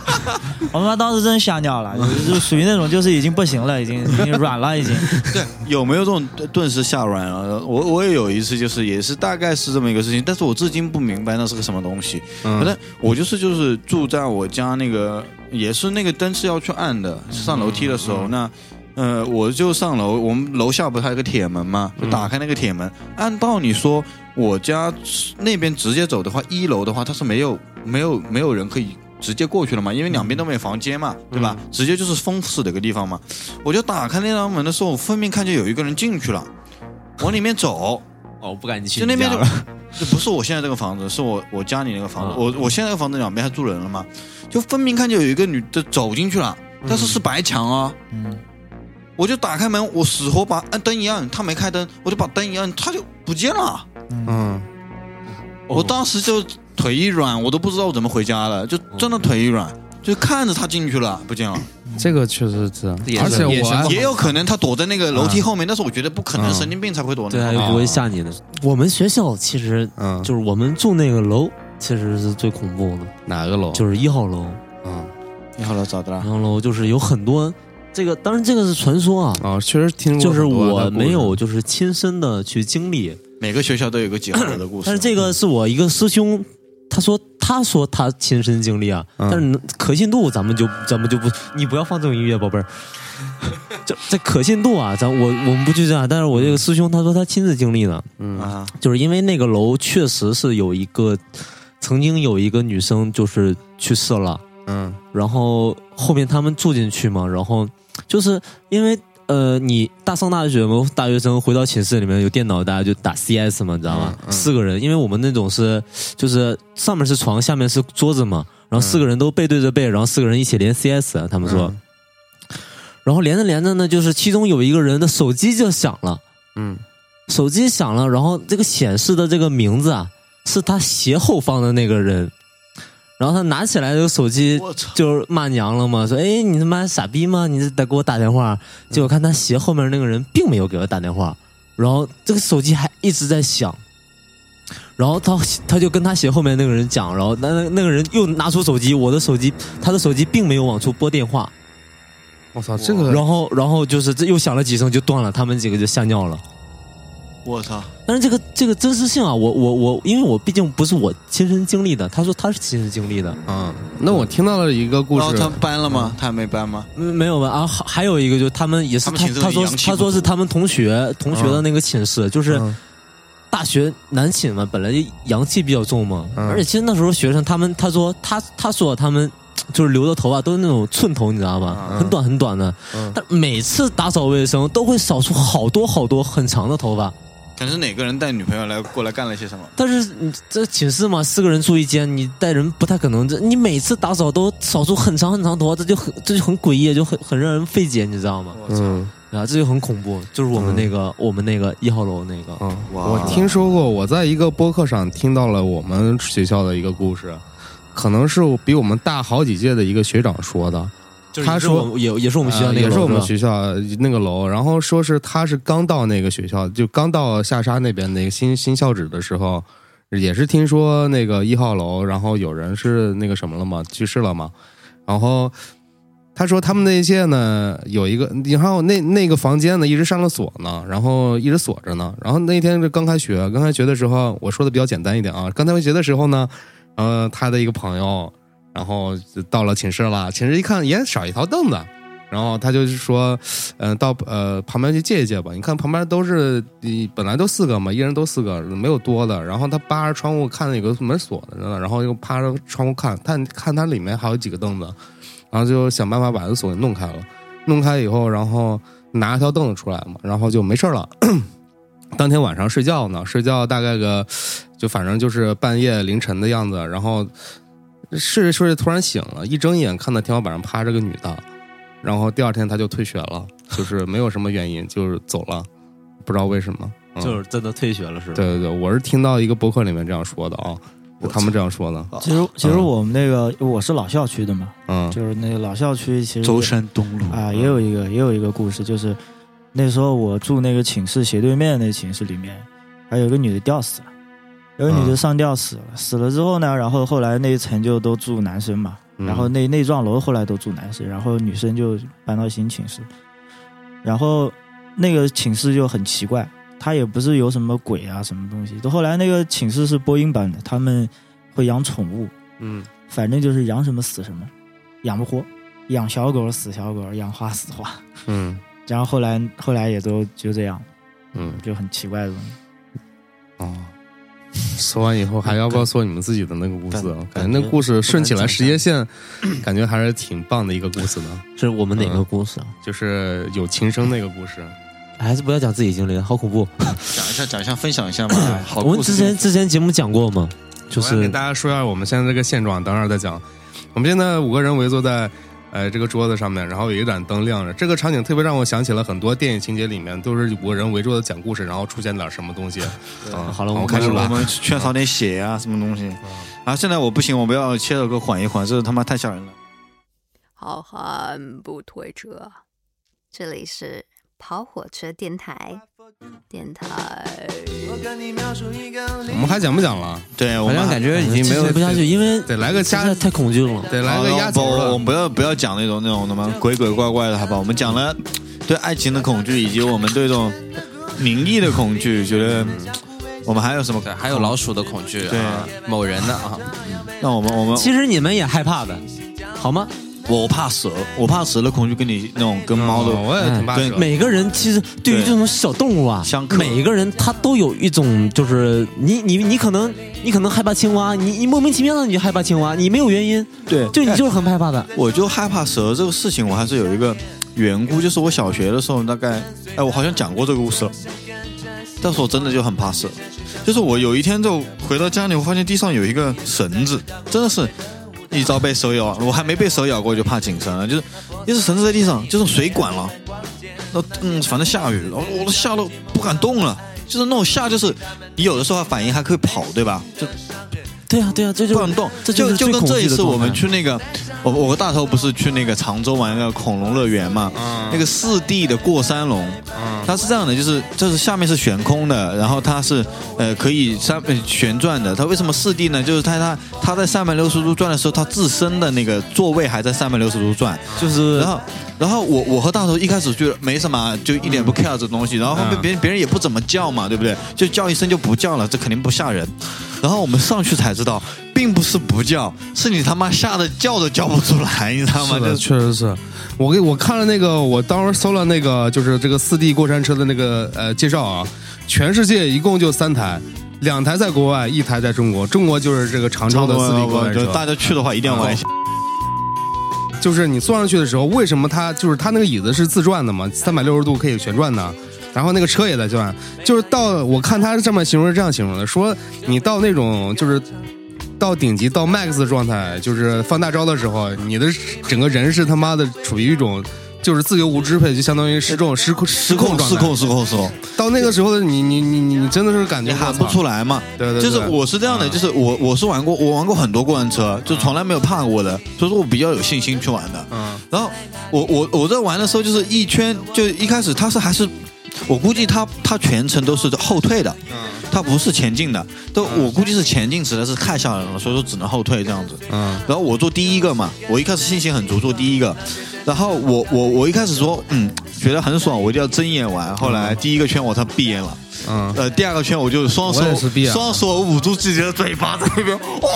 我他妈当时真吓尿了，就属于那种就是已经不行了，已经已经软了，已经。 有没有这种顿顿时吓软了？我我也有一次，就是也是大概是这么一个事情，但是我至今不明白那是个什么东西。嗯但我就是就是住在我家那个，也是那个灯是要去按的，上楼梯的时候、那。呃，我就上楼，我们楼下不是还有个铁门吗？就打开那个铁门。按道理说，我家那边直接走的话，一楼的话它是没有没有没有人可以直接过去了嘛，因为两边都没有房间嘛，对吧？直接就是封死的一个地方嘛。我就打开那张门的时候，我分明看见有一个人进去了，往里面走，哦，不敢去就那边你就 家了这 不是我现在这个房子，是我我家里那个房子。啊我我现在这个房子两边还住人了嘛，就分明看见有一个女的走进去了，但是是白墙啊。嗯，我就打开门，我死活把按灯一按，她没开灯，我就把灯一按，她就不见了。嗯，我当时就腿一软，我都不知道我怎么回家了，就真的腿一软，就看着她进去了，不见了。这个确实是也，是而且也我是还 也有可能她躲在那个楼梯后面，但是我觉得不可能，神经病才会躲对啊，那。又不会吓你的。我们学校其实嗯，就是我们住那个楼，其实是最恐怖的，哪个楼？就是一号楼。嗯你好了，咋的一啦？号楼就是有很多这个，当然这个是传说啊，啊，确实听过就是很多的故事，我没有就是亲身的去经历，每个学校都有一个解horror 的故事。 但是这个是我一个师兄，他说他说他亲身经历啊，嗯但是能可信度咱们就咱们就不，你不要放这种音乐，宝 贝儿。这这可信度啊，咱我我们不去这样，但是我这个师兄他说他亲自经历的，啊，就是因为那个楼确实是有一个曾经有一个女生就是去世了，嗯然后后面他们住进去嘛，然后就是因为呃，你大上大学嘛，大学生回到寝室里面有电脑，大家就打 CS 嘛，你知道吗？嗯嗯四个人，因为我们那种是就是上面是床，下面是桌子嘛，然后四个人都背对着背，然后四个人一起连 CS，他们说，嗯然后连着连着呢，就是其中有一个人的手机就响了，嗯，手机响了，然后这个显示的这个名字啊，是他斜后方的那个人。然后他拿起来这个手机，我操！就是骂娘了嘛，说哎你他妈傻逼吗？你得给我打电话。结果看他斜后面那个人并没有给他打电话，然后这个手机还一直在响。然后他他就跟他斜后面那个人讲，然后那那那个人又拿出手机，我的手机，他的手机并没有往出拨电话，我操，这个然后然后就是这又响了几声就断了，他们几个就吓尿了。我操！但是这个这个真实性啊，我我我，因为我毕竟不是我亲身经历的，他说他是亲身经历的，嗯，那我听到了一个故然后事，他搬了吗？他还没搬吗？嗯，没有吧？啊，还还有一个就是他们也是他们他寝室他里说阳气他不说足嗯是他们同学同学的那个寝室，就是嗯大学男寝嘛，本来就阳气比较重嘛，嗯而且其实那时候学生他们他说他他说他们就是留的头发都是那种寸头，你知道吧？嗯很短很短的，嗯但每次打扫卫生都会扫出好多好多很长的头发。可能是哪个人带女朋友来过来干了些什么？但是你这寝室嘛，四个人住一间，你带人不太可能。这你每次打扫都扫出很长很长头发，这就很这就很诡异，就很很让人费解，你知道吗？嗯。啊，这就很恐怖，就是我们那个、我们那个一号楼那个，嗯，哇我听说过，我在一个播客上听到了我们学校的一个故事，可能是比我们大好几届的一个学长说的。就是他也是说我们也也是我们学校呃那个也楼是我们吧学校那个楼，然后说是他是刚到那个学校，就刚到下沙那边那个新新校址的时候，也是听说那个一号楼，然后有人是那个什么了嘛，去世了嘛，然后他说他们那些呢有一个，然后那那个房间呢一直上了锁呢，然后一直锁着呢，然后那天是刚开学，刚开学的时候我说的比较简单一点啊，刚开学的时候呢，呃，他的一个朋友。然后就到了寝室了，寝室一看也少一条凳子，然后他就是说，嗯、到呃旁边去借一借吧。你看旁边都是，你本来都四个嘛，一人都四个，呃没有多的。然后他扒着窗户看有个门锁着呢，然后又趴着窗户看，看看他里面还有几个凳子，然后就想办法把这锁给弄开了。弄开以后，然后拿一条凳子出来嘛，然后就没事儿了。当天晚上睡觉呢，睡觉大概个就反正就是半夜凌晨的样子，然后睡着睡着突然醒了，一睁眼看到天花板上趴着个女的，然后第二天他就退学 了，就是没有什么原因，就是走了，不知道为什么。嗯、就是真的退学了是吧？对对对，我是听到一个博客里面这样说的啊，就他们这样说的。哦其啊实其实我们那个我是老校区的嘛，嗯就是那个老校区其实舟山东路啊，也有一个也有一个故事，就是那时候我住那个寝室斜对面那寝室里面，还有一个女的吊死了，有个女嗯的上吊死了，死了之后呢，然后后来那一层就都住男生嘛，嗯然后那那幢楼后来都住男生，然后女生就搬到新寝室，然后那个寝室就很奇怪，它也不是有什么鬼啊什么东西，都后来那个寝室是播音班的，他们会养宠物，嗯反正就是养什么死什么，养不活，养小狗死小狗，养花死花。嗯 然后后来后来也都就这样，嗯就很奇怪的东 西。哦。说完以后，还要不要说你们自己的那个故事啊？感感觉那故事顺起不来敢时间线，感觉还是挺棒的一个故事呢。是我们哪个故事啊？就是有琴声那个故事，还是不要讲自己经历了，好恐怖。讲一下，讲一下，分享一下嘛。 好我们故事之前之前节目讲过吗？就我来给是大家说一下我们现在这个现状，等会儿再讲。我们现在五个人围坐在呃这个桌子上面，然后有一盏灯亮着，这个场景特别让我想起了很多电影情节里面都是五个人围桌子讲故事，然后出现点什么东西。嗯，好了我们我开始我了。们缺少点血呀、什么东西。啊，现在我不行，我们要切首歌缓一缓，这他妈太吓人了。好汉不推车，这里是跑火车电台，电台。我们还讲不讲了？对，我好们像感觉已经坚没有持不下去，因为得来个实加在太恐惧了。得来个压不，轴我了们。不要不要讲那种那种什么鬼鬼怪怪的，好吧？我们讲了对爱情的恐惧，以及我们对这种名义的恐惧，觉得我们还有什么？对，还有老鼠的恐惧，对啊，某人的啊，那我们我们其实你们也害怕的，好吗？我怕蛇，我怕蛇的恐惧跟你那种跟猫的嗯我也挺怕对蛇。每个人其实对于对这种小动物啊相，克每个人他都有一种就是你你你可能你可能害怕青蛙，你你莫名其妙的你就害怕青蛙，你没有原因，对就你哎就是很害怕的。我就害怕蛇这个事情，我还是有一个缘故，就是我小学的时候，大概，哎，我好像讲过这个故事了。但是我真的就很怕蛇，就是我有一天就回到家里，我发现地上有一个绳子，真的是一朝被蛇咬，我还没被蛇咬过就怕井绳了，就是一只绳子在地上，就是水管了，那嗯，反正下雨，我我都吓得不敢动了，就是那种吓，就是你有的时候反应还可以跑，对吧？就对啊对啊，这就不能动，这就是就最跟恐这惧一的次我们状态去那个，我我和大头不是去那个常州玩那个恐龙乐园嘛，那个四 D 的过山龙，它是这样的，就是就是下面是悬空的，然后它是呃可以上呃旋转的，它为什么四 D 呢？就是它它它在三百六十度转的时候，它自身的那个座位还在三百六十度转，就是然后，然后我我和大头一开始觉得没什么，就一点不 care 这东西。然后后面别人、别人也不怎么叫嘛，对不对？就叫一声就不叫了，这肯定不吓人。然后我们上去才知道，并不是不叫，是你他妈吓得叫都叫不出来，你知道吗？是的，就确实是我给我看了那个，我当时搜了那个，就是这个四 D 过山车的那个呃介绍啊，全世界一共就三台，两台在国外，一台在中国。中国就是这个常州的四 D 过山就大车，家去的话一定要玩一下。哦就是你坐上去的时候，为什么它就是它那个椅子是自转的嘛，三百六十度可以旋转的。然后那个车也在转，就是到我看他这么形容是这样形容的，说你到那种就是到顶级到 max 的状态，就是放大招的时候，你的整个人是他妈的处于一种就是自由无支配，就相当于失重失控失失控，状失态。控，失控，失控，到那个时候的你你你你你真的是感你觉喊不出来，来嘛？对对就对，是我是这样的，嗯就是我我是玩过，我玩过很多过山车，就从来没有怕过的，所以说我比较有信心去玩的。嗯然后我我我在玩的时候，就是一圈，就一开始他是还是，我估计他他全程都是后退的，嗯他不是前进的，都我估计是前进实在是太吓人了，所以说只能后退这样子。嗯然后我做第一个嘛，我一开始信心很足，做第一个。然后我我我一开始说，嗯，觉得很爽，我一定要睁眼玩。后来第一个圈我才闭眼了，嗯，呃，第二个圈我就双手我也是闭眼了双手捂住自己的嘴巴，在那边哇、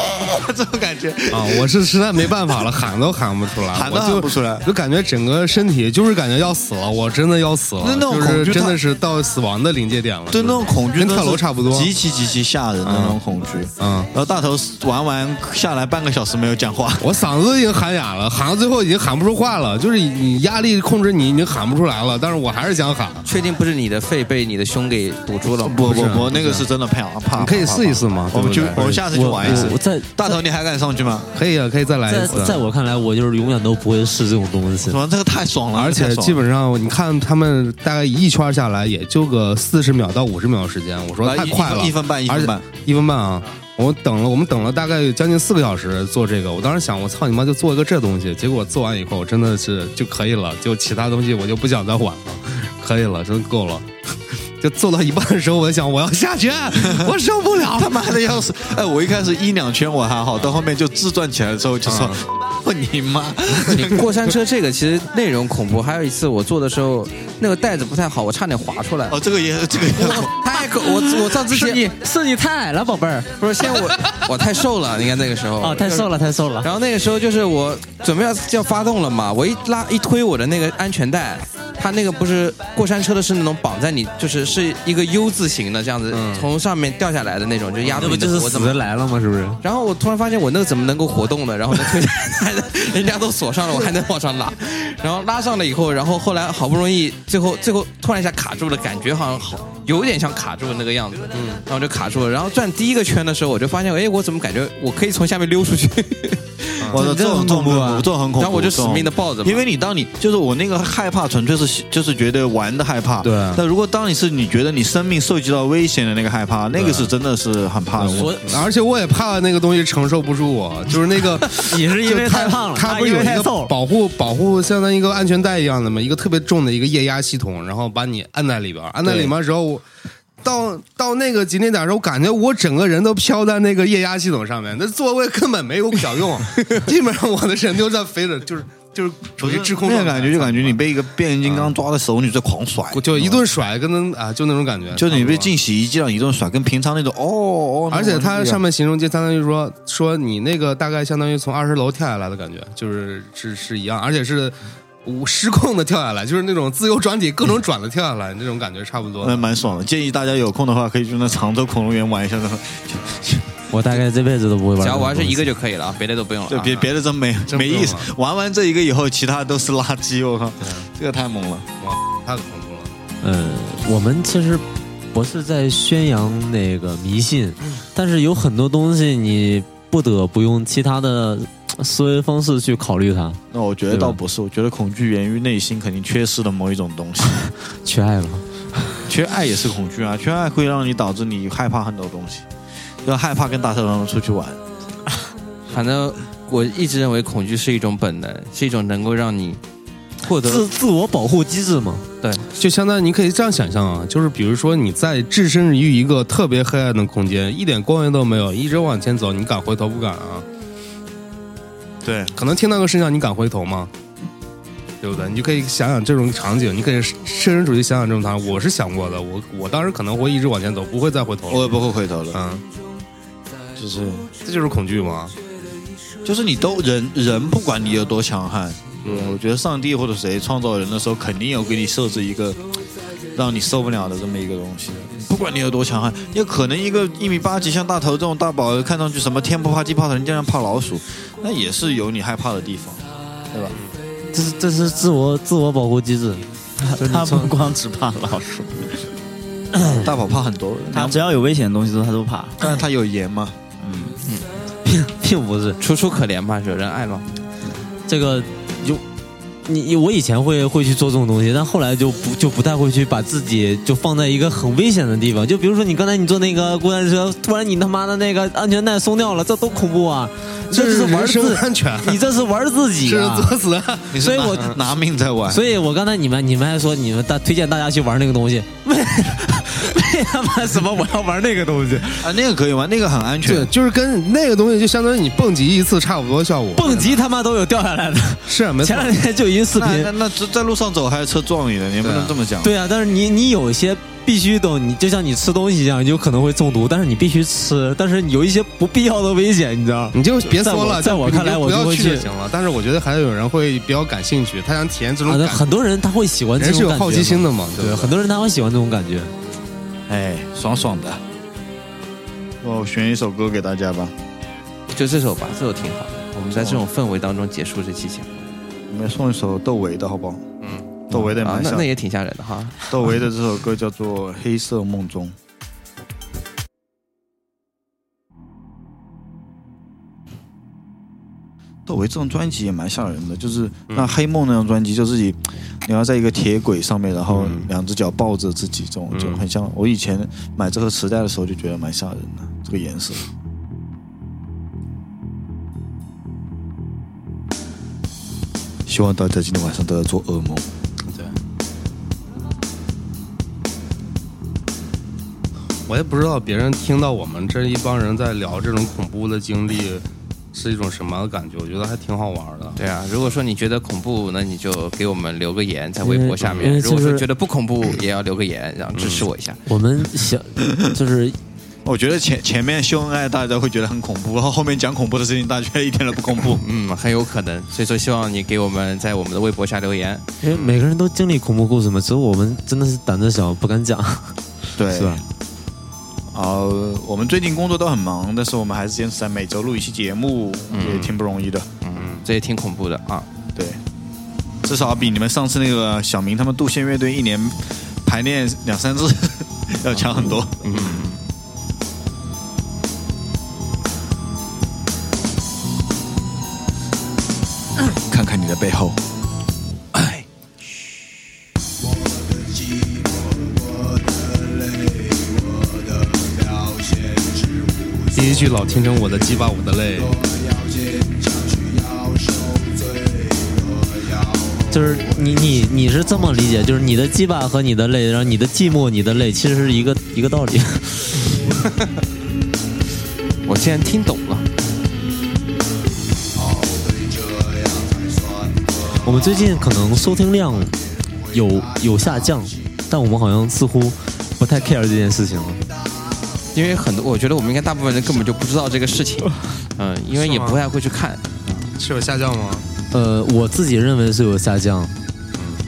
这种感觉，啊，我是实在没办法了，喊都喊不出来，喊我都就喊不出来就感觉整个身体就是感觉要死了，我真的要死了，那那种就恐惧是它真的是到死亡的临界点了，对就那是种恐惧跟真的跳楼是差不多极其极其吓人的那种恐惧。嗯，然后大头玩完下来半个小时没有讲话，我嗓子已经喊哑了，喊到最后已经喊不出话了，就是你压力控制你已经喊不出来了，但是我还是想啊喊。确定不是你的肺被你的胸给堵住了吗？不不是不，不那个是是真的怕怕。你可以怕试一试嘛怕我们去对，不对我下次去玩一次我。我在大头，你还敢上去吗？可以啊，可以再来在一次。在我看来，我就是永远都不会试这种东西什。么？这个太爽了，而这且个太爽了基本上，你看他们大概一圈下来也就个四十秒到五十秒的时间，我说来太呃一快了，一分半一而分且半。一分半啊！我等了，我们等了大概有将近四个小时做这个。我当时想，我操你妈，就做一个这东西。结果做完以后，真的是就可以了，就其他东西我就不想再玩了，可以了，真够了。 就做到一半的时候，我就想我要下去， 我受不了他了。妈的要死！哎，我一开始一两圈我还好，到后面就自转起来的时候就说：“ 我你妈过山车这个其实内容恐怖，还有一次我做的时候，那个袋子不太好，我差点滑出来！”。哦，这个也这个也太可我我上次先是你太矮了，宝贝儿。不是先我我太瘦了，你看那个时候哦， 太瘦了，太 瘦了。然后那个时候就是我准备要要发动了嘛，我一拉一推我的那个安全带，它那个不是过山车的是那种绑在你，就是是一个 U 字形的这样子，从上面掉下来的那种，就压住那不你就的是脖死子嘛的。来了吗？是不是？然后我突然发现我那个怎么能够活动呢？然后那推下来的， 人家都锁上了，我还能往上拉。然后拉上了以后，然后后来好不容易，最后最后突然一下卡住了，感觉好像好有点像卡住了那个样子。嗯，然后就卡住了。然后转第一个圈的时候，我就发现，哎，我怎么感觉我可以从下面溜出去？ 我操，这种啊恐怖，这种很恐怖。然后我就死命地抱着嘛因为你当你就是我那个害怕，纯粹是就是觉得玩的害怕。对但如果当你是你觉得你生命受及到危险的那个害怕，那个是真的是很怕的。我 而且我也怕那个东西承受不住我，就是那个 你是因为太胖了，它他不是有一太个瘦了。保护保护，相当于一个安全带一样的嘛，一个特别重的一个液压系统，然后把你按在里边儿，按在里面的时候，我到到那个节点的时候，我感觉我整个人都飘在那个液压系统上面，那座位根本没有小 用，基本上我的人都在飞着，就是就是处于制空那状个态感觉就感觉你被一个变形金刚抓在手里在狂甩，我就一顿甩，跟那啊就那种感觉，就是你被进进。洗衣机上一顿甩，跟平常那种哦哦。而且它上面面形容就相当于说说你那个大概相当于从二十楼跳下来的感觉，就是是是一样，而且是无失控的跳下来，就是那种自由转体各种转的跳下来，那种感觉差不多那。蛮爽的，建议大家有空的话可以去那常州恐龙园玩一下，那种我大概这辈子都不会玩。只要玩是一个就可以了，别的都不用对了。啊别别的真没真不没用意思玩。玩完这一个以后，其他都是垃圾，我靠，这个太猛了。太恐怖了，呃，我们其实不是在宣扬那个迷信，嗯但是有很多东西你不得不用其他的呃思维方式去考虑它，那我觉得对吧倒不是，我觉得恐惧源于内心肯定缺失的某一种东西，缺爱吧。缺爱也是恐惧啊，缺爱会让你导致你害怕很多东西，要害怕跟大头狼出去玩，反正我一直认为恐惧是一种本能，是一种能够让你获得自自我保护机制嘛，就相当于你可以这样想象啊，就是比如说你在置身于一个特别黑暗的空间，一点光源都没有，一直往前走，你敢回头不敢啊？对，可能听到个声响，你敢回头吗？对不对？你就可以想想这种场景，你可以设身处地想想这种场景。我是想过的，我我当时可能会一直往前走，不会再回头我了。也不会回头了，嗯，啊就是这就是恐惧嘛。就是你都人人不管你有多强悍，嗯对我觉得上帝或者谁创造人的时候，肯定有给你设置一个让你受不了的这么一个东西。不管你有多强悍，也可能一个一米八几像大头这种大宝，看上去什么天不怕地怕的人，竟然怕老鼠，那也是有你害怕的地方。这是这是自我自我保护机制。他不光只怕老鼠，嗯大宝怕很多， 他只要有危险的东西都他都怕。但是他有盐嘛，并并不是楚楚可怜吧，惹人爱嘛。这个有。你我以前会会去做这种东西，但后来就不就不太会去把自己就放在一个很危险的地方。就比如说你刚才你坐那个过山车，突然你他妈的那个安全带松掉了，这多恐怖啊！这是玩人身自安全，你这是玩自己这是啊！作死。你是所以拿我 拿命在玩，所以我刚才你们你们还说你们大推荐大家去玩那个东西，为为他妈什么我要玩那个东西？啊，那个可以玩，那个很安对全，。就是跟那个东西就相当于你蹦极一次差不多效果。蹦极他妈都有掉下来的，是啊没错前，两天就有一个视那那频。那在路上走还有车撞你的，你也不能这么讲。对啊，但是你你有一些必须懂，你就像你吃东西一样，你有可能会中毒，但是你必须吃，但是有一些不必要的危险，你知道吗？嗯你就别说了。在我就在我看来你就我不就要会去就去行了。但是我觉得还有人会比较感兴趣，他想体验这啊种，那感觉。很多人他会喜欢这人是种有感觉，好奇心的嘛，对对，不对很多人他会喜欢这种感觉。哎，爽爽啊的。我选一首歌给大家吧，就这首吧，这首挺好的。我们在这种氛围当中结束这期节目你们送一首窦唯的好不好？嗯，窦唯的也啊蛮，那像那。也挺吓人的哈。窦唯的这首歌叫做《黑色梦中》。窦唯这张专辑也蛮吓人的，就是那《黑梦》那张专辑，就自己你要在一个铁轨上面，然后两只脚抱着自己，这种就很像。我以前买这个磁带的时候就觉得蛮吓人的，这个颜色。希望大家今天晚上都要做噩梦。我也不知道别人听到我们这一帮人在聊这种恐怖的经历，是一种什么感觉？我觉得还挺好玩的。对啊，如果说你觉得恐怖，那你就给我们留个言在微博下因面；为如果就说是觉得不恐怖，也要留个言，然后支持我一下。。我们想就是我觉得前前面秀恩爱大家会觉得很恐怖，然后 后面讲恐怖的事情大家觉得一点都不恐怖嗯，很有可能，所以说希望你给我们在我们的微博下留言。因为哎每个人都经历恐怖故事嘛，只有我们真的是胆子小，不敢讲， 对，是吧？呃，我们最近工作都很忙，但是我们还是坚持在每周录一期节目，也挺不容易的。嗯，这也挺恐怖的啊。对，至少比你们上次那个小明他们杜宪乐队一年排练两三次 要强很多。看看你的背后。第一句老听成我的鸡巴我的泪，就是你你你是这么理解，就是你的羁绊和你的泪，然后你的寂寞、你的泪，其实是一个一个道理。我竟然听懂了，我们最近可能收听量有有下降，但我们好像似乎不太 care 这件事情了。因为很多，我觉得我们应该大部分人根本就不知道这个事情，哦嗯，因为也是吗不太会去看。是有下降吗？呃，我自己认为是有下降，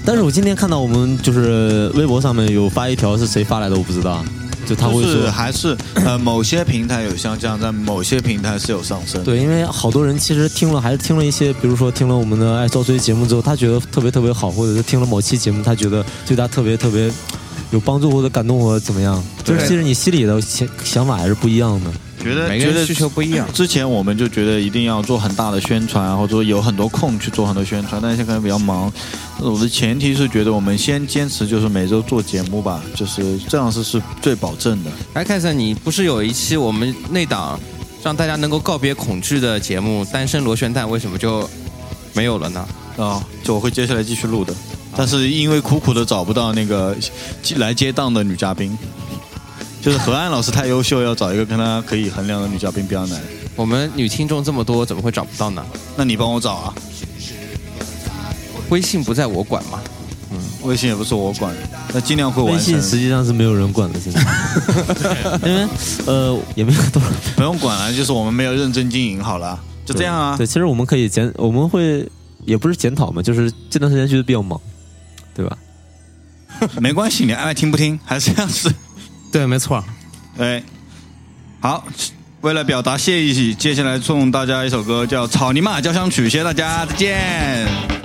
但是我今天看到我们就是微博上面有发一条是谁发来的，我不知道，就他会就是说。还是呃某些平台有下降，但某些平台是有上升。，对，因为好多人其实听了，还是听了一些，比如说听了我们的《爱遭追》节目之后，他觉得特别特别好，或者是听了某期节目，他觉得对他特别特别有帮助或者感动或者怎么样，就是对其实你心里的想想法还是不一样的。觉得每个觉人得需求不一样。之前我们就觉得一定要做很大的宣传，然后说有很多空去做很多宣传，但是现在可能比较忙。我的前提是觉得我们先坚持就是每周做节目吧，就是这样是是最保证的。哎，凯森，你不是有一期我们那档让大家能够告别恐惧的节目《单身螺旋蛋》，为什么就没有了呢？啊，就我会接下来继续录的，啊但是因为苦苦的找不到那个来接档的女嘉宾，就是何安老师太优秀，要找一个跟她可以衡量的女嘉宾比较难。我们女听众这么多，怎么会找不到呢？那你帮我找啊，微信不在我管嘛。微信也不是我管，那尽量会完微成信，实际上是没有人管的， 现在，因为呃也没有多少不用管了，就是我们没有认真经营好了， 就这样啊对，。其实我们可以检，我们会也不是检讨嘛，就是这段时间觉得比较忙，对吧？没关系，你爱听不听还是这样子。 对，没错。哎，好，为了表达谢意，接下来送大家一首歌叫《草泥马交响曲》，谢谢大家，再见。